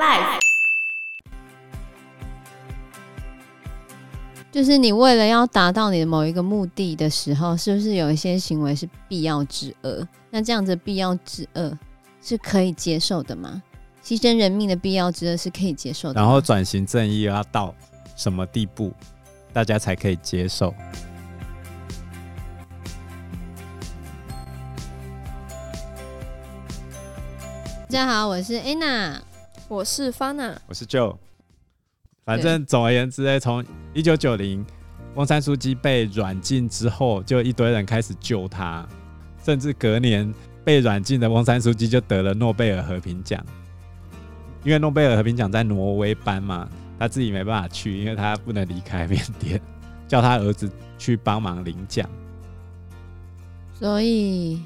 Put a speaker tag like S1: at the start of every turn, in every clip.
S1: Life
S2: 就是你为了要达到你的某一个目的的时候，是不是有一些行为是必要之恶？那这样子必要之恶是可以接受的吗？牺牲人命的必要之恶是可以接受的吗。
S3: 然后转型正义要到什么地步，大家才可以接受？
S2: 大家好，我是 Anna，
S4: 我是 Fana，
S3: 我是 Joe。反正总而言之呢，从一九九零翁山书记被软禁之后，就一堆人开始救他，甚至隔年被软禁的翁山书记就得了诺贝尔和平奖。因为诺贝尔和平奖在挪威颁嘛，他自己没办法去，因为他不能离开缅甸，叫他儿子去帮忙领奖。
S2: 所以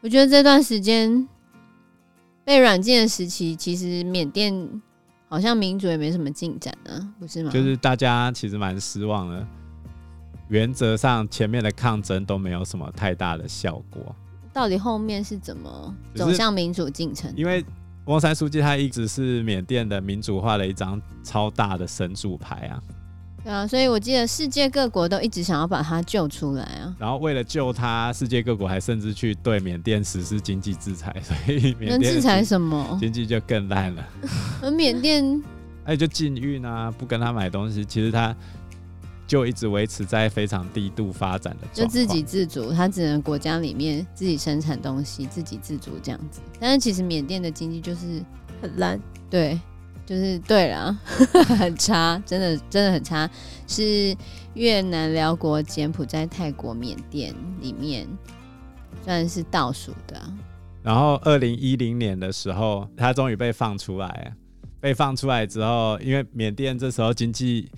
S2: 我觉得这段时间被软禁的时期，其实缅甸好像民主也没什么进展啊，不是吗？
S3: 就是大家其实蛮失望的，原则上前面的抗争都没有什么太大的效果，
S2: 到底后面是怎么
S3: 只是
S2: 走向民主进程？
S3: 因为翁山书记他一直是缅甸的民主化的一张超大的神主牌啊，
S2: 对啊，所以我记得世界各国都一直想要把他救出来啊。
S3: 然后为了救他，世界各国还甚至去对缅甸实施经济制裁，所以缅
S2: 能
S3: 甸
S2: 制裁
S3: 么？
S2: 什么？
S3: 经济就更烂了，
S2: 而缅 甸
S3: 而且就禁运啊，不跟他买东西，其实他就一直维持在非常低度发展的状
S2: 就
S3: 况，
S2: 自给自足，他只能国家里面自己生产东西，自给自足这样子。但是其实缅甸的经济就是
S4: 很烂。
S2: 对，就是对啦， 很差，真的真的很差，是越南、辽国、柬埔寨、泰国、缅甸里面算是倒数的啊、
S3: 然后二零一零年的时候，他终于被放出来了。被放出来之后，因为缅甸这时候经济，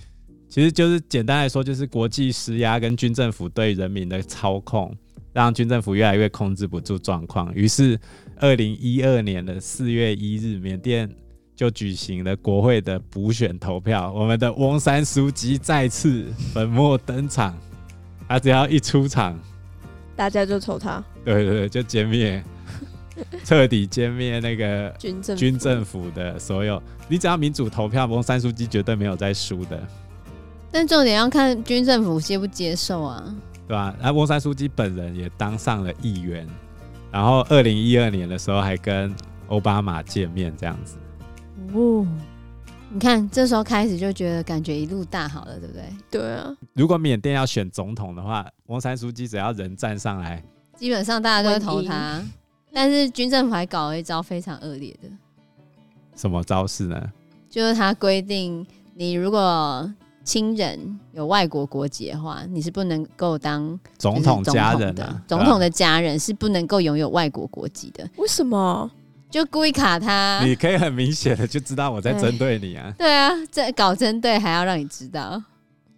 S3: 其实就是简单来说，就是国际施压跟军政府对人民的操控，让军政府越来越控制不住状况。于是，二零一二年的四月一日，缅甸就举行了国会的补选投票，我们的翁山书记再次粉墨登场。他只要一出场，
S4: 大家就瞅他
S3: 对对对，就歼灭，彻底歼灭那个
S4: 军政
S3: 军政府的所有。你只要民主投票，翁山书记绝对没有在输的，
S2: 但重点要看军政府接不接受啊。
S3: 对吧？那翁山书记本人也当上了议员，然后二零一二年的时候还跟奥巴马见面，这样子。
S2: 哦，你看这时候开始就觉得感觉一路大好了，对不对？
S4: 对啊，
S3: 如果缅甸要选总统的话，翁山书记只要人站上来，
S2: 基本上大家都会投他，但是军政府还搞了一招非常恶劣的，
S3: 什么招式呢？
S2: 就是他规定你如果亲人有外国国籍的话，你是不能够当
S3: 总统
S2: 就是
S3: 家
S2: 总统
S3: 人
S2: 的
S3: 啊，
S2: 总统
S3: 的，
S2: 的家人是不能够拥有外国国籍的，
S4: 为什么？
S2: 就故意卡他。
S3: 你可以很明显的就知道我在针对你啊。
S2: 对啊，这搞针对还要让你知道，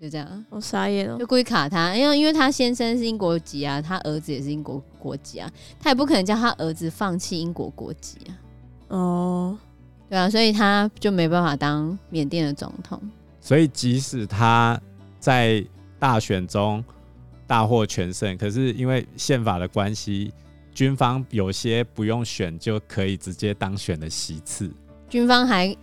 S2: 就这样。
S4: 我傻眼哦了
S2: 就。故意卡他，因为因为他先生是英国籍啊，他儿子也是英国国籍啊，他也不可能叫他儿子放弃英国国籍啊，
S4: 哦，
S2: 对啊，所以他就没办法当缅甸的总统。
S3: 所以即使他在大选中大获全胜，可是因为宪法的关系，军方有些不用选就可以直接当选的席次，
S2: 军方还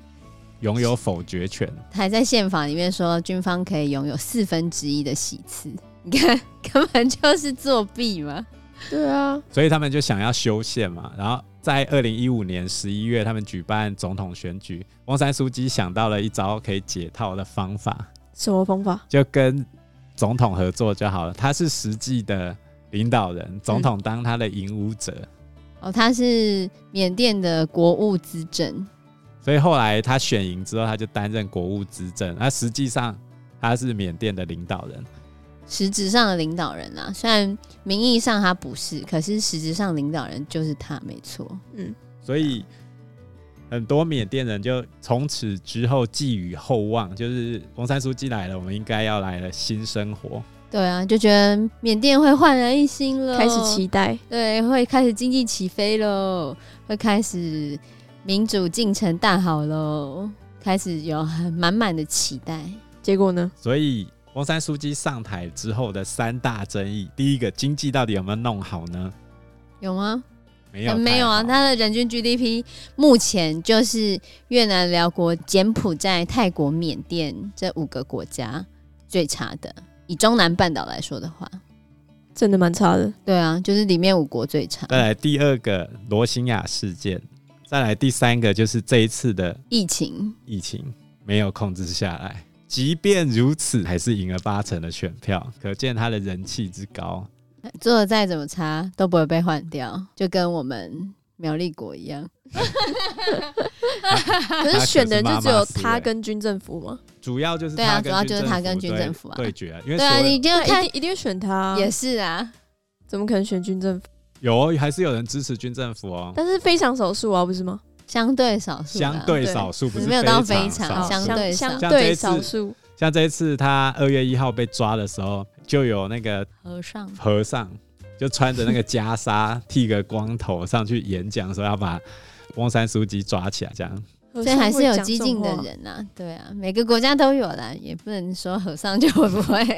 S3: 拥有否决权。
S2: 还在宪法里面说，军方可以拥有四分之一的席次，你看 根本就是作弊嘛。
S4: 对啊，
S3: 所以他们就想要修宪嘛。然后在二零一五年十一月，他们举办总统选举，翁山书记想到了一招可以解套的方法，
S4: 什么方法？
S3: 就跟总统合作就好了。他是实际的领导人，总统当他的引舞者。
S2: 哦，他是缅甸的国务资政，
S3: 所以后来他选赢之后，他就担任国务资政。那实际上他是缅甸的领导人，
S2: 实质上的领导人啊，虽然名义上他不是，可是实质上领导人就是他，没错。
S4: 嗯，
S3: 所以很多缅甸人就从此之后寄予厚望，就是翁山书记来了，我们应该要来了新生活。
S2: 对啊，就觉得缅甸会焕然一新了，
S4: 开始期待。
S2: 对，会开始经济起飞喽，会开始民主进程大好喽，开始有很满满的期待。
S4: 结果呢？
S3: 所以翁山书记上台之后的三大争议，第一个经济到底有没有弄好呢？
S2: 有吗？
S3: 没有
S2: 呃没有啊，
S3: 太好
S2: 它的人均 GDP 目前就是越南、辽国、柬埔寨、泰国、缅甸这五个国家最差的。以中南半岛来说的话，
S4: 真的蛮差的。
S2: 对啊，就是里面五国最差。
S3: 再来第二个罗兴亚事件，再来第三个就是这一次的
S2: 疫情，
S3: 疫情没有控制下来。即便如此，还是赢了八成的选票，可见他的人气之高。
S2: 做的再怎么差都不会被换掉，就跟我们苗栗国一样。
S4: 可
S3: 他
S4: 是
S3: 可
S4: 选的
S3: 是
S4: 人
S3: 妈
S4: 就
S3: 妈
S4: 只有
S3: 思
S4: 他
S3: 维
S4: 跟军政府嘛，
S3: 主要就是
S2: 对啊
S3: 他跟
S2: 主要就是他跟军
S3: 对
S2: 政府啊
S3: 对决，因为
S2: 对啊，
S3: 所有
S2: 你就
S4: 一
S2: 看
S4: 定一定会选他啊，
S2: 也是啊，
S4: 怎么可能选军政府？
S3: 有哦还是有人支持军政府
S2: 啊
S3: 哦，
S4: 但是非常少数啊，不是吗？
S2: 相对少数啦，
S3: 相对少数，不是
S2: 没有到
S3: 非
S2: 非常
S3: 少数
S2: 相对少
S4: 相
S3: 像这一
S4: 对
S3: 次
S4: 少数，
S3: 像这一次他二月一号被抓的时候，就有那个
S2: 和尚
S3: 和尚就穿着那个袈裟，剃个光头上去演讲，说要把翁山书记抓起来，这样
S2: 所以还是有激
S4: 激
S2: 进
S4: 进
S2: 的。人呐、啊，对啊，每个国家都有啦，也不能说和尚就不会。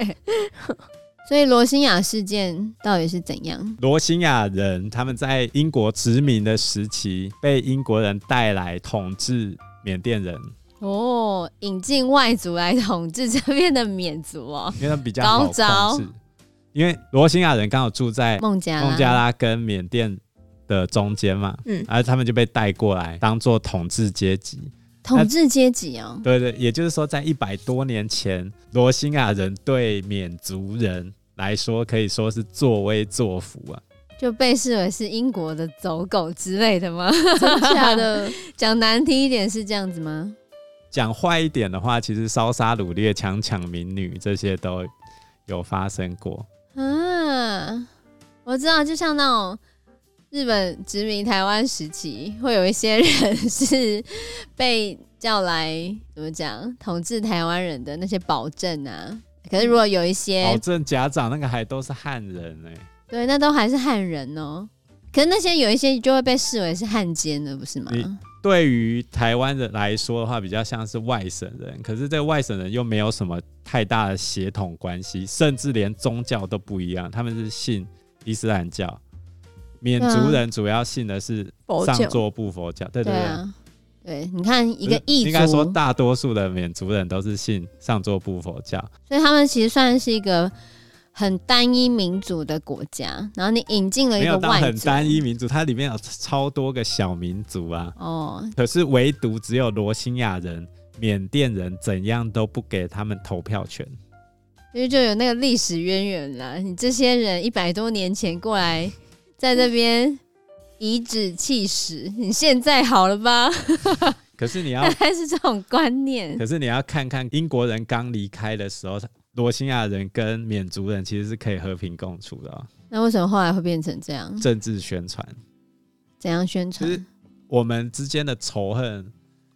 S2: 所以罗兴亚事件到底是怎样？
S3: 罗兴亚人他们在英国殖民的时期，被英国人带来统治缅甸人，
S2: 哦，引进外族来统治这边的缅族哦，
S3: 因为他们比较
S2: 高
S3: 好
S2: 招
S3: 控制。因为罗兴亚人刚好住在
S2: 孟加拉
S3: 孟加拉跟缅甸的中间嘛，
S4: 嗯
S3: 然后他们就被带过来当做统治阶级。
S2: 统治阶级哦，
S3: 对对，也就是说，在一百多年前，罗兴亚人对缅族人来说，可以说是作威作福啊。
S2: 就被视为是英国的走狗之类的吗？
S4: 嗯真假 的？
S2: 讲难听一点是这样子吗？
S3: 讲坏一点的话，其实烧杀掳掠、强抢民女这些都有发生过。
S2: 啊，我知道，就像那种日本殖民台湾时期，会有一些人是被叫来怎么讲统治台湾人的那些保证啊。可是如果有一
S3: 保
S2: 些
S3: 证哦家长那个还都是汉人哎、
S2: 对，那都还是汉人哦。可是那些有一些就会被视为是汉奸的，不是吗？
S3: 你对于台湾人来说的话，比较像是外省人，可是这外省人又没有什么太大的血统关系，甚至连宗教都不一样，他们是信伊斯兰教。缅族人主要信的是
S4: 佛
S3: 上
S4: 教
S3: 座部佛教，对
S2: 对
S3: 对对。
S2: 啊，对，你看一个
S3: 不是
S2: 异
S3: 应该说
S2: 族，
S3: 大多数的缅族人都是信上座部佛教，
S2: 所以他们其实算是一个很单一民族的国家。然后你引进了一
S3: 没
S2: 个
S3: 有到
S2: 外
S3: 很
S2: 族，
S3: 单一民族，它里面有超多个小民族啊。
S2: 哦，
S3: 可是唯独只有罗兴亚人、缅甸人怎样都不给他们投票权。
S2: 因为就有那个历史渊源啦。你这些人一百多年前过来，在这边颐指气使，你现在好了吧？
S3: 可是 你要
S2: 大概是这种观念。
S3: 可是你要看看英国人刚离开的时候，罗兴亚人跟缅族人其实是可以和平共处的哦、
S2: 那为什么后来会变成这样？
S3: 政治宣传，
S2: 怎样宣
S3: 其实
S2: 传？
S3: 我们之间的仇
S2: 嗯
S3: 恨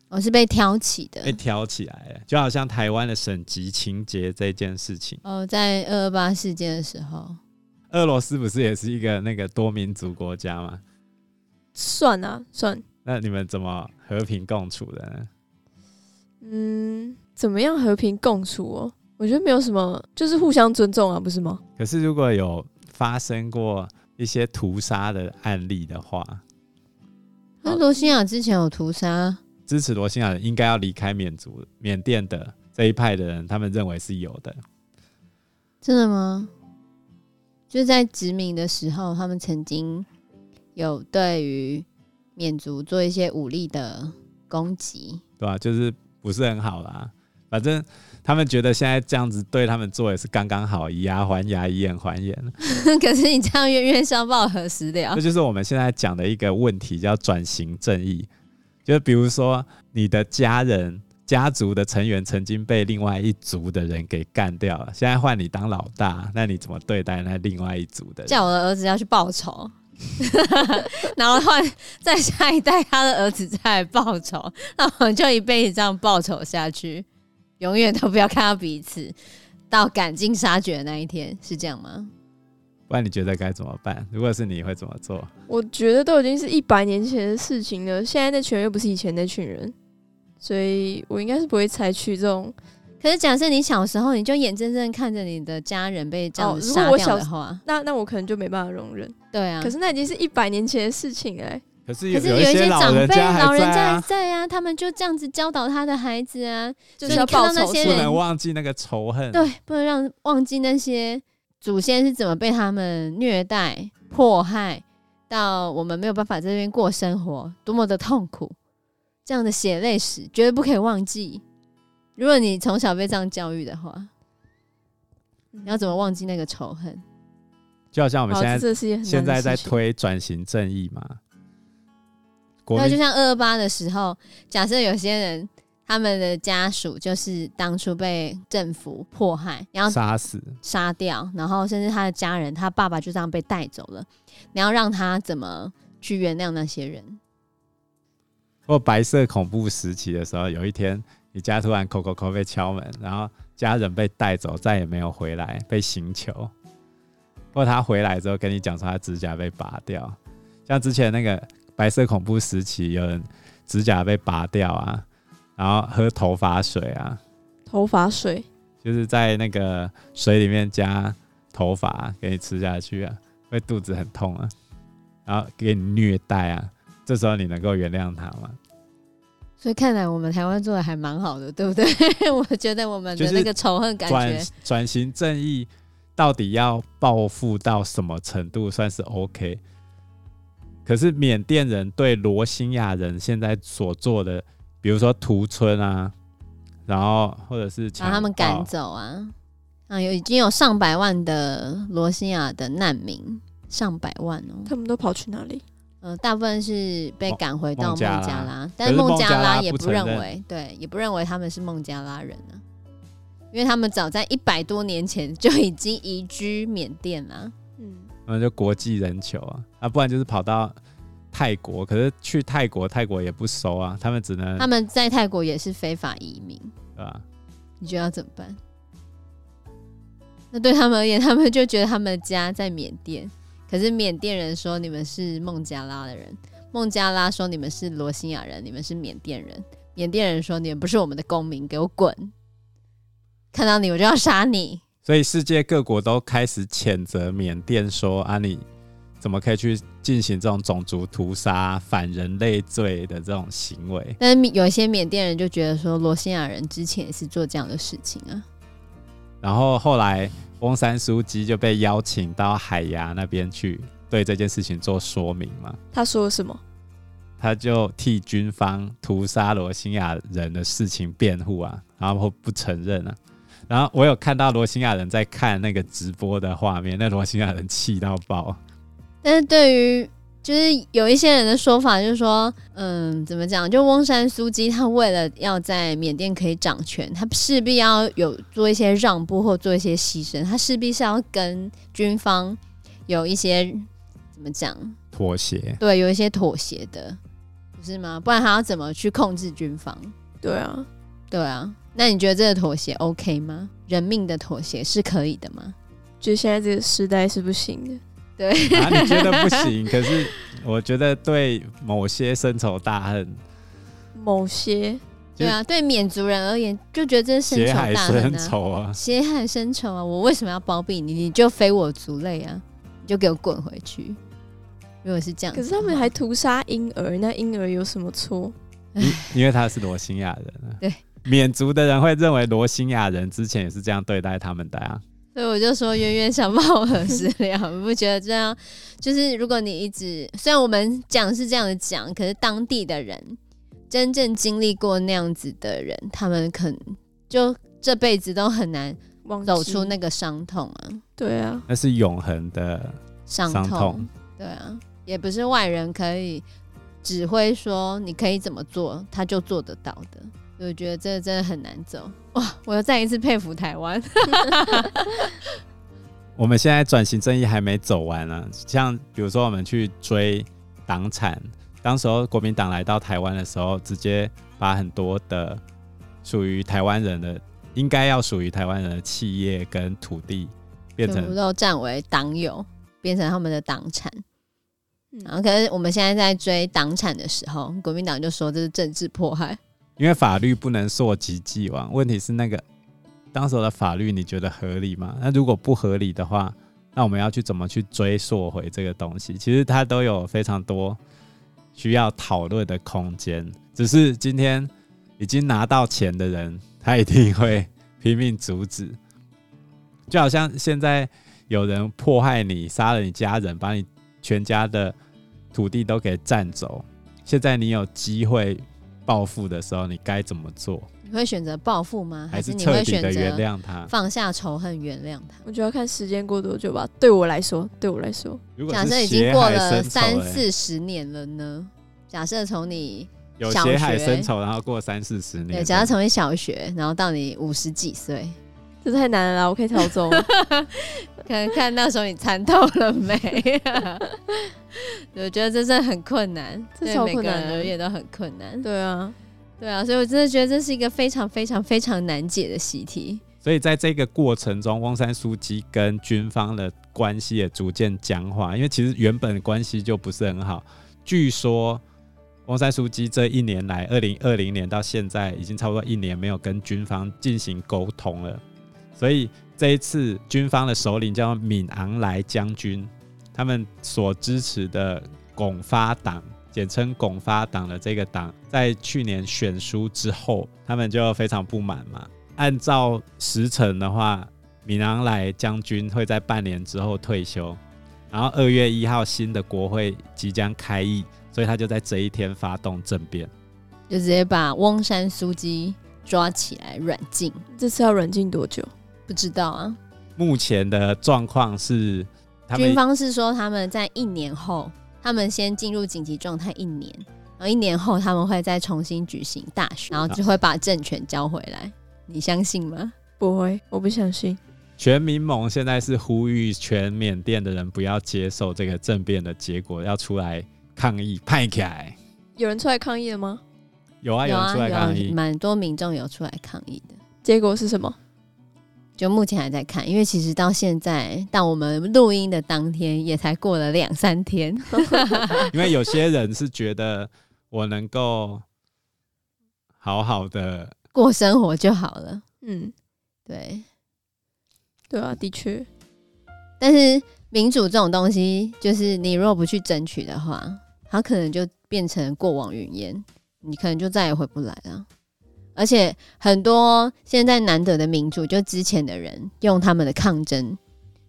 S2: 我是被挑起的
S3: 被。挑起来了，就好像台湾的省级情节这件事情，
S2: 哦，在二二八事件的时候，
S3: 俄罗斯不是也是一个那个多民族国家吗？
S4: 算啊算，
S3: 那你们怎么和平共处的呢？
S4: 嗯，怎么样和平共处哦？我觉得没有什么，就是互相尊重啊，不是吗？
S3: 可是如果有发生过一些屠杀的案例的话，
S2: 那罗兴亚之前有屠杀，
S3: 支持罗兴亚人应该要离开缅族、缅甸的这一派的人，他们认为是有的。
S2: 真的吗？就是在殖民的时候，他们曾经有对于缅族做一些武力的攻击。
S3: 对吧、就是不是很好啦。反正他们觉得现在这样子对他们做也是刚刚好，以牙还牙，以眼还眼。
S2: 可是你这样冤冤相报何时了
S3: 这？就是我们现在讲的一个问题，叫转型正义。就是比如说，你的家人、家族的成员曾经被另外一族的人给干掉了，现在换你当老大，那你怎么对待那另外一族的人？
S2: 叫我的儿子要去报仇， 然后换再下一代他的儿子再来报仇，那我们就一辈子这样报仇下去，永远都不要看到彼此，到赶尽杀绝的那一天，是这样吗？
S3: 不然你觉得该怎么办？如果是你会怎么做？
S4: 我觉得都已经是一百年前的事情了，现在那群人又不是以前那群人，所以我应该是不会采取这种
S2: 可是假设你小时候，你就眼睁睁看着你的家人被这样
S4: 哦
S2: 子
S4: 如果
S2: 杀
S4: 我
S2: 掉
S4: 小
S2: 的话，
S4: 那那我可能就没办法容忍。
S2: 对啊。
S4: 可是那已经是一百年前的事情哎、
S3: 可是
S2: 可是有
S3: 一
S2: 一些
S3: 老
S2: 长辈、
S3: 人家
S2: 老
S3: 还
S2: 人家还
S3: 啊，
S2: 在啊，他们就这样子教导他的孩子啊，
S4: 就
S2: 所
S4: 是
S2: 以
S4: 要
S2: 你看
S4: 报
S2: 到那
S4: 仇
S2: 些
S4: 是
S3: 不
S4: 吗
S2: 人
S3: 能忘记那个仇恨。
S2: 对，不能让忘记那些祖先是怎么被他们虐待、迫害，到我们没有办法在这边过生活，多么的痛苦，这样的血泪史绝对不可以忘记。如果你从小被这样教育的话，你要怎么忘记那个仇恨？
S3: 就好像我们
S4: 好，
S3: 现在
S4: 这这是一件很
S3: 现
S4: 难
S3: 在
S4: 的
S3: 在
S4: 事情
S3: 推转型正义嘛，国
S2: 啊那就
S3: 民
S2: 像二二八的时候，假设有些人他们的家属就是当初被政府迫害，然后
S3: 杀死，
S2: 杀掉，然后甚至他的家人，他爸爸就这样被带走了。你要让他怎么去原谅那些人？
S3: 或白色恐怖时期的时候，有一天你家突然扣扣扣被敲门，然后家人被带走，再也没有回来，被刑求，或他回来之后跟你讲说他指甲被拔掉，像之前那个白色恐怖时期，有人指甲被拔掉啊，然后喝头发水啊，
S4: 头发水，
S3: 就是在那个水里面加头发给你吃下去啊，会肚子很痛啊，然后给你虐待啊，这时候你能够原谅他吗？
S2: 所以看来我们台湾做的还蛮好的，对不对？ 我觉得我们
S3: 就
S2: 的
S3: 是
S2: 那个仇恨感
S3: 转
S2: 觉，
S3: 转型正义到底要报复到什么程度算是 OK？可是缅甸人对罗兴亚人现在所做的，比如说屠村啊，然后或者是
S2: 把
S3: 强
S2: 他们
S3: 暴
S2: 赶走啊！啊，有已经有上百万的罗兴亚的难民，上百万哦。
S4: 他们都跑去哪里？
S2: 呃，大部分是被
S3: 孟
S2: 赶回到
S3: 孟
S2: 孟
S3: 加
S2: 加
S3: 拉
S2: 拉，
S3: 可
S2: 但
S3: 是
S2: 孟
S3: 孟加
S2: 加
S3: 拉
S2: 拉也
S3: 不
S2: 不
S3: 承
S2: 认
S3: 认
S2: 为，对，也不认为他们是孟加拉人啊，因为他们早在一百多年前就已经移居缅甸了。啊
S4: 嗯，
S3: 那就国际人球啊，啊，不然就是跑到泰国，可是去泰国，泰国也不收啊，他们只能
S2: 他们在泰国也是非法移民，
S3: 对吧？
S2: 你觉得要怎么办？那对他们而言， 他们就觉得他们的家在缅甸，可是缅甸人说你们是孟加拉的人，孟加拉说你们是罗兴亚人，你们是缅甸人，缅甸人说你们不是我们的公民，给我滚！看到你我就要杀你。
S3: 所以世界各国都开始谴责缅甸说啊，你怎么可以去进行这种种族屠杀、反人类罪的这种行为？
S2: 但是有一些缅甸人就觉得说，罗兴亚人之前也是做这样的事情啊。
S3: 然后后来翁山书记就被邀请到海牙那边去对这件事情做说明嘛，
S4: 他说了什么？
S3: 他就替军方屠杀罗兴亚人的事情辩护啊，然后不承认啊。然后我有看到罗兴亚人在看那个直播的画面，那罗兴亚人气到爆，
S2: 但是对于就是有一些人的说法，就是说，嗯，怎么讲？就翁山苏姬，他为了要在缅甸可以掌权，他势必要有做一些让步或做一些牺牲，他势必是要跟军方有一些怎么讲？
S3: 妥协。
S2: 对，有一些妥协的，不是吗？不然他要怎么去控制军方？
S4: 对啊，
S2: 对啊，那你觉得这个妥协 OK 吗？人命的妥协是可以的吗？
S4: 觉得现在这个时代是不行的。
S2: 对，
S3: 啊，你觉得不行？可是我觉得对某些深仇大恨，
S4: 某些
S2: 对啊，对缅族人而言，就觉得这是深
S3: 血
S2: 仇
S3: 海
S2: 大恨
S3: 深
S2: 啊。
S3: 仇啊，
S2: 血海深仇啊！我为什么要包庇你？你就非我族类啊！你就给我滚回去！如果是这样子
S4: 可
S2: 的
S4: 是
S2: 话，
S4: 他们还屠杀婴儿，那婴儿有什么错？
S3: 因因为他是罗兴亚人啊。
S2: 对，
S3: 缅族的人会认为罗兴亚人之前也是这样对待他们的啊。
S2: 所以我就说冤冤相报何时了？你不觉得这样？就是如果你一直，虽然我们讲是这样的讲，可是当地的人真正经历过那样子的人，他们可能就这辈子都很难
S4: 忘
S2: 走出那
S4: 个
S2: 个伤痛啊，
S4: 对啊，
S3: 那是永恒的
S2: 伤
S3: 伤
S2: 痛。
S3: 痛
S2: 对啊，也不是外人可以指挥说你可以怎么做，他就做得到的。所以我觉得这真的很难走哇！我又再一次佩服台湾。
S3: 我们现在转型正义还没走完呢、像比如说我们去追党产，当时候国民党来到台湾的时候，直接把很多的属于台湾人的应该要属于台湾人的企业跟土地变
S2: 全部
S3: 成
S2: 都占为党友，变成他们的党产。然后，
S4: 嗯，
S2: 可是我们现在在追党产的时候，国民党就说这是政治迫害。
S3: 因为法律不能溯及既往，问题是那个当时的法律你觉得合理吗？那如果不合理的话，那我们要去怎么去追溯回这个东西？其实它都有非常多需要讨论的空间。只是今天已经拿到钱的人，他一定会拼命阻止。就好像现在有人迫害你、杀了你家人，把你全家的土地都给占走，现在你有机会报复的时候，你该怎么做？
S2: 你会选择报复吗？嗯还
S3: 还是
S2: 是你
S3: 彻
S2: 会
S3: 底
S2: 选
S3: 的原
S2: 择
S3: 谅啊他？
S2: 放下仇恨，原谅他？
S4: 我觉得要看时间过多久吧。对我来说，对我来说，
S3: 如果
S2: 假
S3: 是
S2: 设已经
S3: 血
S2: 过
S3: 海
S2: 了
S3: 深仇
S2: 三
S3: 欸
S2: 四十年了呢？假设从你
S3: 有
S2: 小
S3: 血海
S2: 学
S3: 深仇，然后过三四十年
S2: 对，
S3: 的，
S2: 假设从你小学，然后到你五十几岁，
S4: 这太难了啦，我可以逃 走吗。
S2: 看看那时候你参透了没？ 我觉得这真的很困难，
S4: 这
S2: 对
S4: 超
S2: 每
S4: 困
S2: 个
S4: 难
S2: 人
S4: 的
S2: 而言都很困难。
S4: 对啊，
S2: 对啊，所以我真的觉得这是一个非常非常非常难解的习题。
S3: 所以在这个过程中，翁山书记跟军方的关系也逐渐僵化，因为其实原本关系就不是很好。据说翁山书记这一年来，二零二零年到现在已经差不多一年没有跟军方进行沟通了，所以这一次军方的首领叫敏昂莱将军，他们所支持的拱发党。简称拱发党的这个党，在去年选书之后，他们就非常不满嘛，按照时辰的话，米昂莱将军会在半年之后退休，然后二月一号新的国会即将开议，所以他就在这一天发动政变。
S2: 就直接把翁山苏姬抓起来软禁，
S4: 这次要软禁多久？
S2: 不知道啊。
S3: 目前的状况是，他
S2: 军
S3: 们
S2: 方是说他们在一年后，他们先进入紧急状态一年，然后一年后他们会再重新举行大选，然后就会把政权交回来。你相信吗？
S4: 不会，我不相信。
S3: 全民盟现在是呼吁全缅甸的人不要接受这个政变的结果，要出来抗议派起来。
S4: 有人出来抗议了吗？
S3: 有啊，有人出来
S2: 有
S3: 抗
S2: 啊，
S3: 议。
S2: 蛮多民众有出来抗议的。
S4: 结果是什么？
S2: 就目前还在看，因为其实到现在，到我们录音的当天，也才过了两三天。啊
S3: 因为有些人是觉得我能够好好的
S2: 过生活就好了。
S4: 嗯，
S2: 对，
S4: 对啊，的确，
S2: 但是民主这种东西，就是你如果不去争取的话，它可能就变成过往云烟，你可能就再也回不来了。而且很多现在难得的民主，就之前的人用他们的抗争，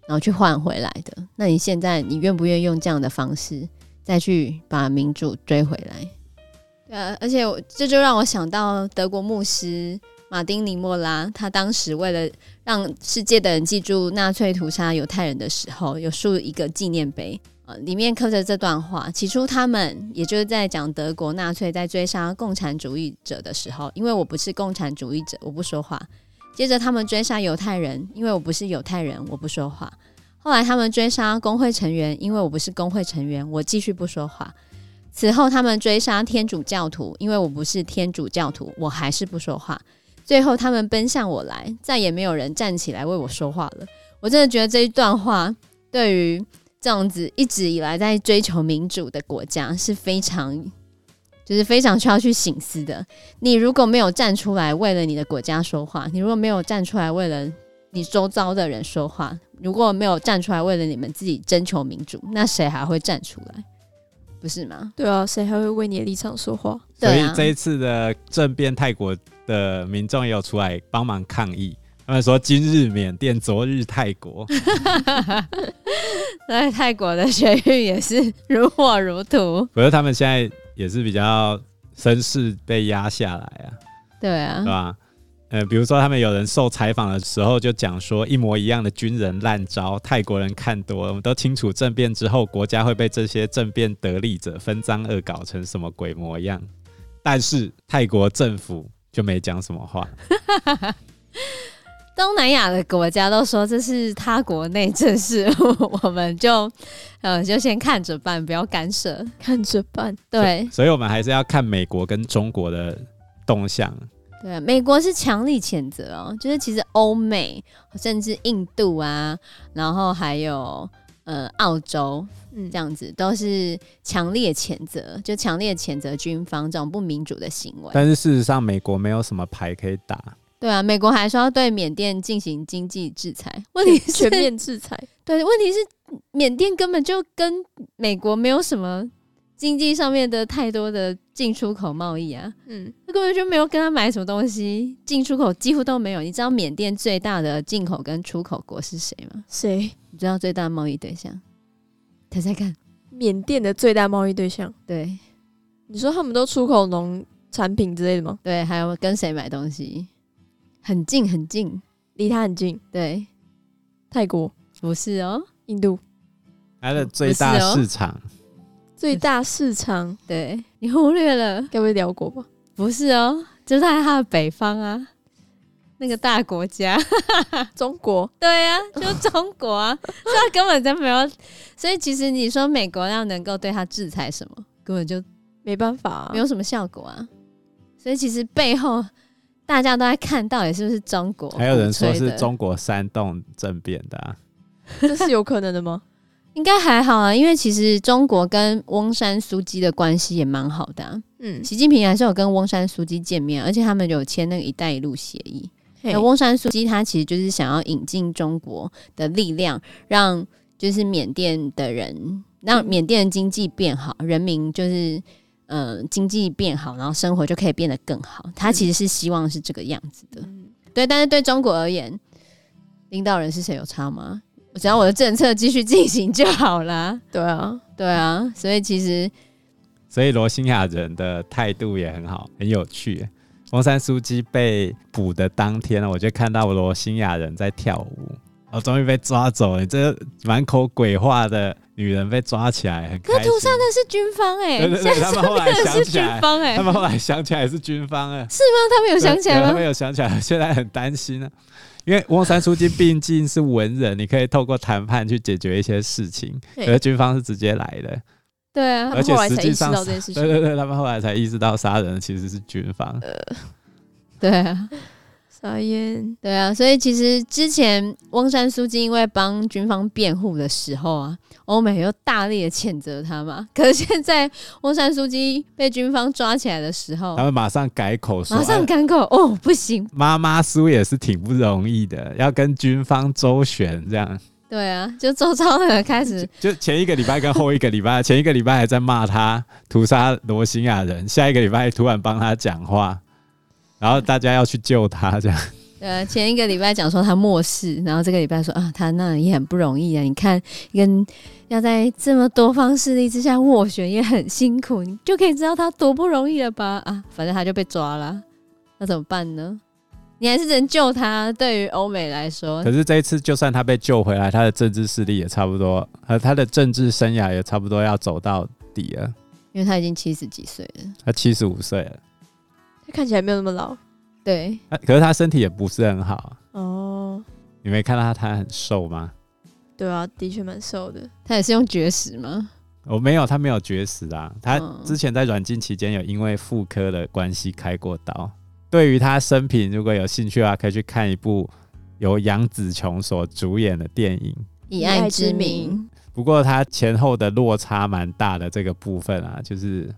S2: 然后去换回来的。那你现在你愿不愿意用这样的方式再去把民主追回来？对啊，而且我这就让我想到德国牧师马丁尼莫拉，他当时为了让世界的人记住纳粹屠杀犹太人的时候，有竖一个纪念碑，呃，里面刻着这段话。起初他们也就是在讲德国纳粹在追杀共产主义者的时候，因为我不是共产主义者，我不说话。接着他们追杀犹太人，因为我不是犹太人，我不说话。后来他们追杀工会成员，因为我不是工会成员，我继续不说话。此后他们追杀天主教徒，因为我不是天主教徒，我还是不说话。最后他们奔向我来，再也没有人站起来为我说话了。我真的觉得这一段话对于这样子一直以来在追求民主的国家是非常，就是非常需要去醒思的。你如果没有站出来为了你的国家说话，你如果没有站出来为了你周遭的人说话，如果没有站出来为了你们自己征求民主，那谁还会站出来？不是 吗？
S4: 对啊，谁还会为你的立场说话？
S3: 所
S2: 对
S3: 以
S2: 啊
S3: 这一次的政变，泰国的民众也有出来帮忙抗议。他们说：“今日缅甸，昨日泰 国。
S2: 在泰国的学运也是如火如荼”。
S3: 可是他们现在也是比较声势被压下来啊，
S2: 对啊
S3: 对，吧？呃，比如说他们有人受采访的时候就讲说，一模一样的军人烂招，泰国人看多了，我们都清楚政变之后国家会被这些政变得利者分赃恶搞成什么鬼模样。但是泰国政府就没讲什么话，
S2: 东南亚的国家都说这是他国内政事，我们就呃就先看着办，不要干涉。
S4: 看着 办。
S2: 对
S3: 所以我们还是要看美国跟中国的动向。
S2: 对，啊美国是强力谴责哦，就是其实欧美甚至印度啊，然后还有呃澳洲
S4: 嗯
S2: 这，样子，都是强烈谴责，就强烈谴责军方这种不民主的行为。
S3: 但是事实上，美国没有什么牌可以打，
S2: 对啊，美国还说要对缅甸进行经济制裁，问题是
S4: 全面制裁，
S2: 对，问题是缅甸根本就跟美国没有什么经济上面的太多的进出口贸易啊，
S4: 嗯，
S2: 他根本就没有跟他买什么东西，进出口几乎都没有。你知道缅甸最大的进口跟出口国是谁吗？
S4: 谁？
S2: 你知道最大的贸易对象？猜猜看，
S4: 缅甸的最大贸易对象？
S2: 对
S4: 你说他们都出口农产品之类的吗？
S2: 对，还有跟谁买东西？很近很近，
S4: 离他很近，
S2: 对，
S4: 泰国、
S2: 不是哦，
S4: 印度
S3: 它的最大
S2: 不是哦
S3: 市场，
S4: 最大市场，
S2: 对你忽略了，
S4: 该不会辽国吧？
S2: 不是哦，就在它的北方啊，那个大国家。
S4: 中国
S2: 对呀、就中国啊， 所以他根本就没有。所以其实你说美国要能够对他制裁什么，根本就
S4: 没办法、啊，
S2: 没有什么效果啊。所以其实背后大家都在看到底是不是中国，
S3: 还有人说是，中国煽动政变的、啊，
S4: 这是有可能的 吗？
S2: 应该还好啊，因为其实中国跟翁山苏姬的关系也蛮好的、啊，
S4: 嗯，
S2: 习近平还是有跟翁山苏姬见面啊，而且他们有签那个“一带一路”协议。
S4: 嘿
S2: 那翁山苏姬她其实就是想要引进中国的力量，让就是缅甸的人，让
S4: 嗯
S2: 缅甸的经济变好，人民就是嗯、呃经济变好，然后生活就可以变得更好。她其实是希望是这个样子的，
S4: 嗯
S2: 对。但是对中国而言，领导人是谁有差吗？只要我的政策继续进行就好啦。
S4: 对啊，
S2: 对啊，所以其实
S3: 所以罗兴亚人的态度也很好，很有趣。翁山苏姬被捕的当天啊呢，我就看到罗兴亚人在跳舞，我、终于被抓走了。你这满口鬼话的女人被抓起来，很
S2: 可
S3: 开心。
S2: 图上的是军方哎、
S3: 对对对，他们后来
S2: 真的
S3: 想
S2: 是
S3: 起
S2: 军
S3: 来，
S2: 方哎、
S3: 他们后来想起来是军方哎，
S2: 是吗？他们有 想起来
S3: 对他
S2: 吗
S3: 们？有想起来， 现在很担心呢、因为翁山书记毕竟是文人，你可以透过谈判去解决一些事情，
S4: 对
S3: 而军方是直接来的。
S2: 对啊，
S4: 他
S3: 而
S4: 们
S3: 且
S4: 后来
S3: 实
S4: 才
S3: 际
S4: 意识
S3: 上
S4: 到这件事
S3: 对
S4: 情，
S3: 对对，他们后来才意识到杀人的其实是军方。
S2: 嗯对啊。
S4: 傻眼，
S2: 对啊，所以其实之前翁山苏姬因为帮军方辩护的时候啊，欧美又大力的谴责他嘛。可是现在翁山苏姬被军方抓起来的时候
S3: 他，们马上改口说，
S2: 马上
S3: 哎
S2: 干口哦，不行，
S3: 妈妈苏也是挺不容易的，要跟军方周旋这样。
S2: 对啊，就周遭的人开始
S3: 就前一个礼拜跟后一个 礼拜，前一个礼拜还在骂他屠杀罗兴亚人，下一个礼拜突然帮他讲话，然后大家要去救他这样。
S2: 呃，前一个礼拜讲说他漠视，然后这个礼拜说啊，他那也很不容易啊。你看，跟要在这么多方势力之下斡旋也很辛苦，你就可以知道他多不容易了吧？ 啊，反正他就被抓了，那怎么办呢？你还是能救他。对于欧美来说
S3: 可，是这一次，就算他被救回来，他的政治势力也差不多，呃，他的政治生涯也差不多要走到底了。
S2: 因为他已经七十几岁了，
S3: 他七十五岁了，
S4: 他看起来没有那么老
S2: 对，
S3: 啊可是他身体也不是很好。
S4: 哦，
S3: 你没看到他很瘦吗？
S4: 对啊，的确蛮瘦的，
S2: 他也是用绝食吗？
S3: 我没有，他没有绝食啊。他
S2: 嗯
S3: 之前在软禁期间有因为妇科的关系开过刀。对于他生平，如果有兴趣的话，可以去看一部由杨紫琼所主演的电影。
S2: 以
S4: 以
S2: 爱
S4: 爱
S2: 之
S4: 之
S2: 名
S4: 名，
S3: 不过他前后的落差蛮大的这个部分啊，就是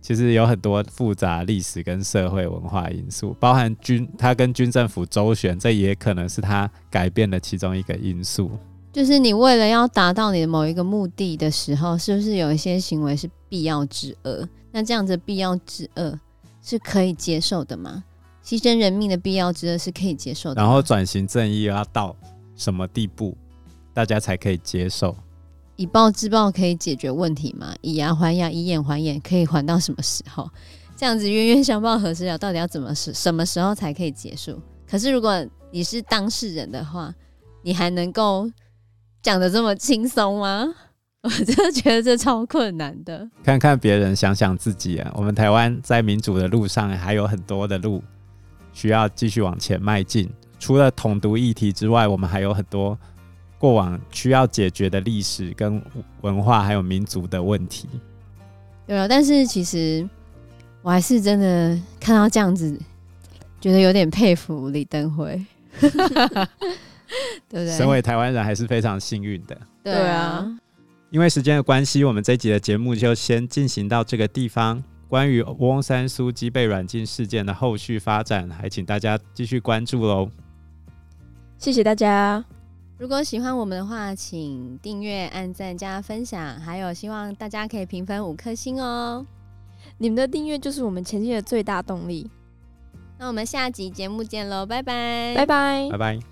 S3: 其实有很多复杂历史跟社会文化因素，包含军他跟军政府周旋，这也可能是他改变的其中一个因素。
S2: 就是你为了要达到你的某一个目的的时候，是不是有一些行为是必要之恶？那这样子的必要之恶是可以接受的吗？牺牲人命的必要之恶是可以接受的吗。
S3: 然后转型正义要到什么地步，大家才可以接受？
S2: 以暴制暴可以解决问题吗？以牙还牙，以眼还眼，可以还到什么时候？这样子冤冤相报何时了？到底要怎么是什么时候才可以结束？可是如果你是当事人的话，你还能够讲的这么轻松吗？ 我真的觉得这超困难的。
S3: 看看别人，想想自己啊。我们台湾在民主的路上还有很多的路需要继续往前迈进。除了统独议题之外，我们还有很多过往需要解决的历史、跟文化还有民族的问题。
S2: 对啊，但是其实我还是真的看到这样子，觉得有点佩服李登辉， 对不
S3: 身
S2: 对？
S3: 为台湾人，还是非常幸运的。
S2: 对
S4: 对啊，
S3: 因为时间的关系，我们这一集的节目就先进行到这个地方。关于翁山苏姬被软禁事件的后续发展，还请大家继续关注喽。
S4: 谢谢大家，
S2: 如果喜欢我们的话，请订阅、按赞、加分享，还有希望大家可以评分五颗星哦。
S4: 你们的订阅就是我们前进的最大动力。
S2: 那我们下集节目见喽，拜拜，
S4: 拜拜
S3: 拜。拜。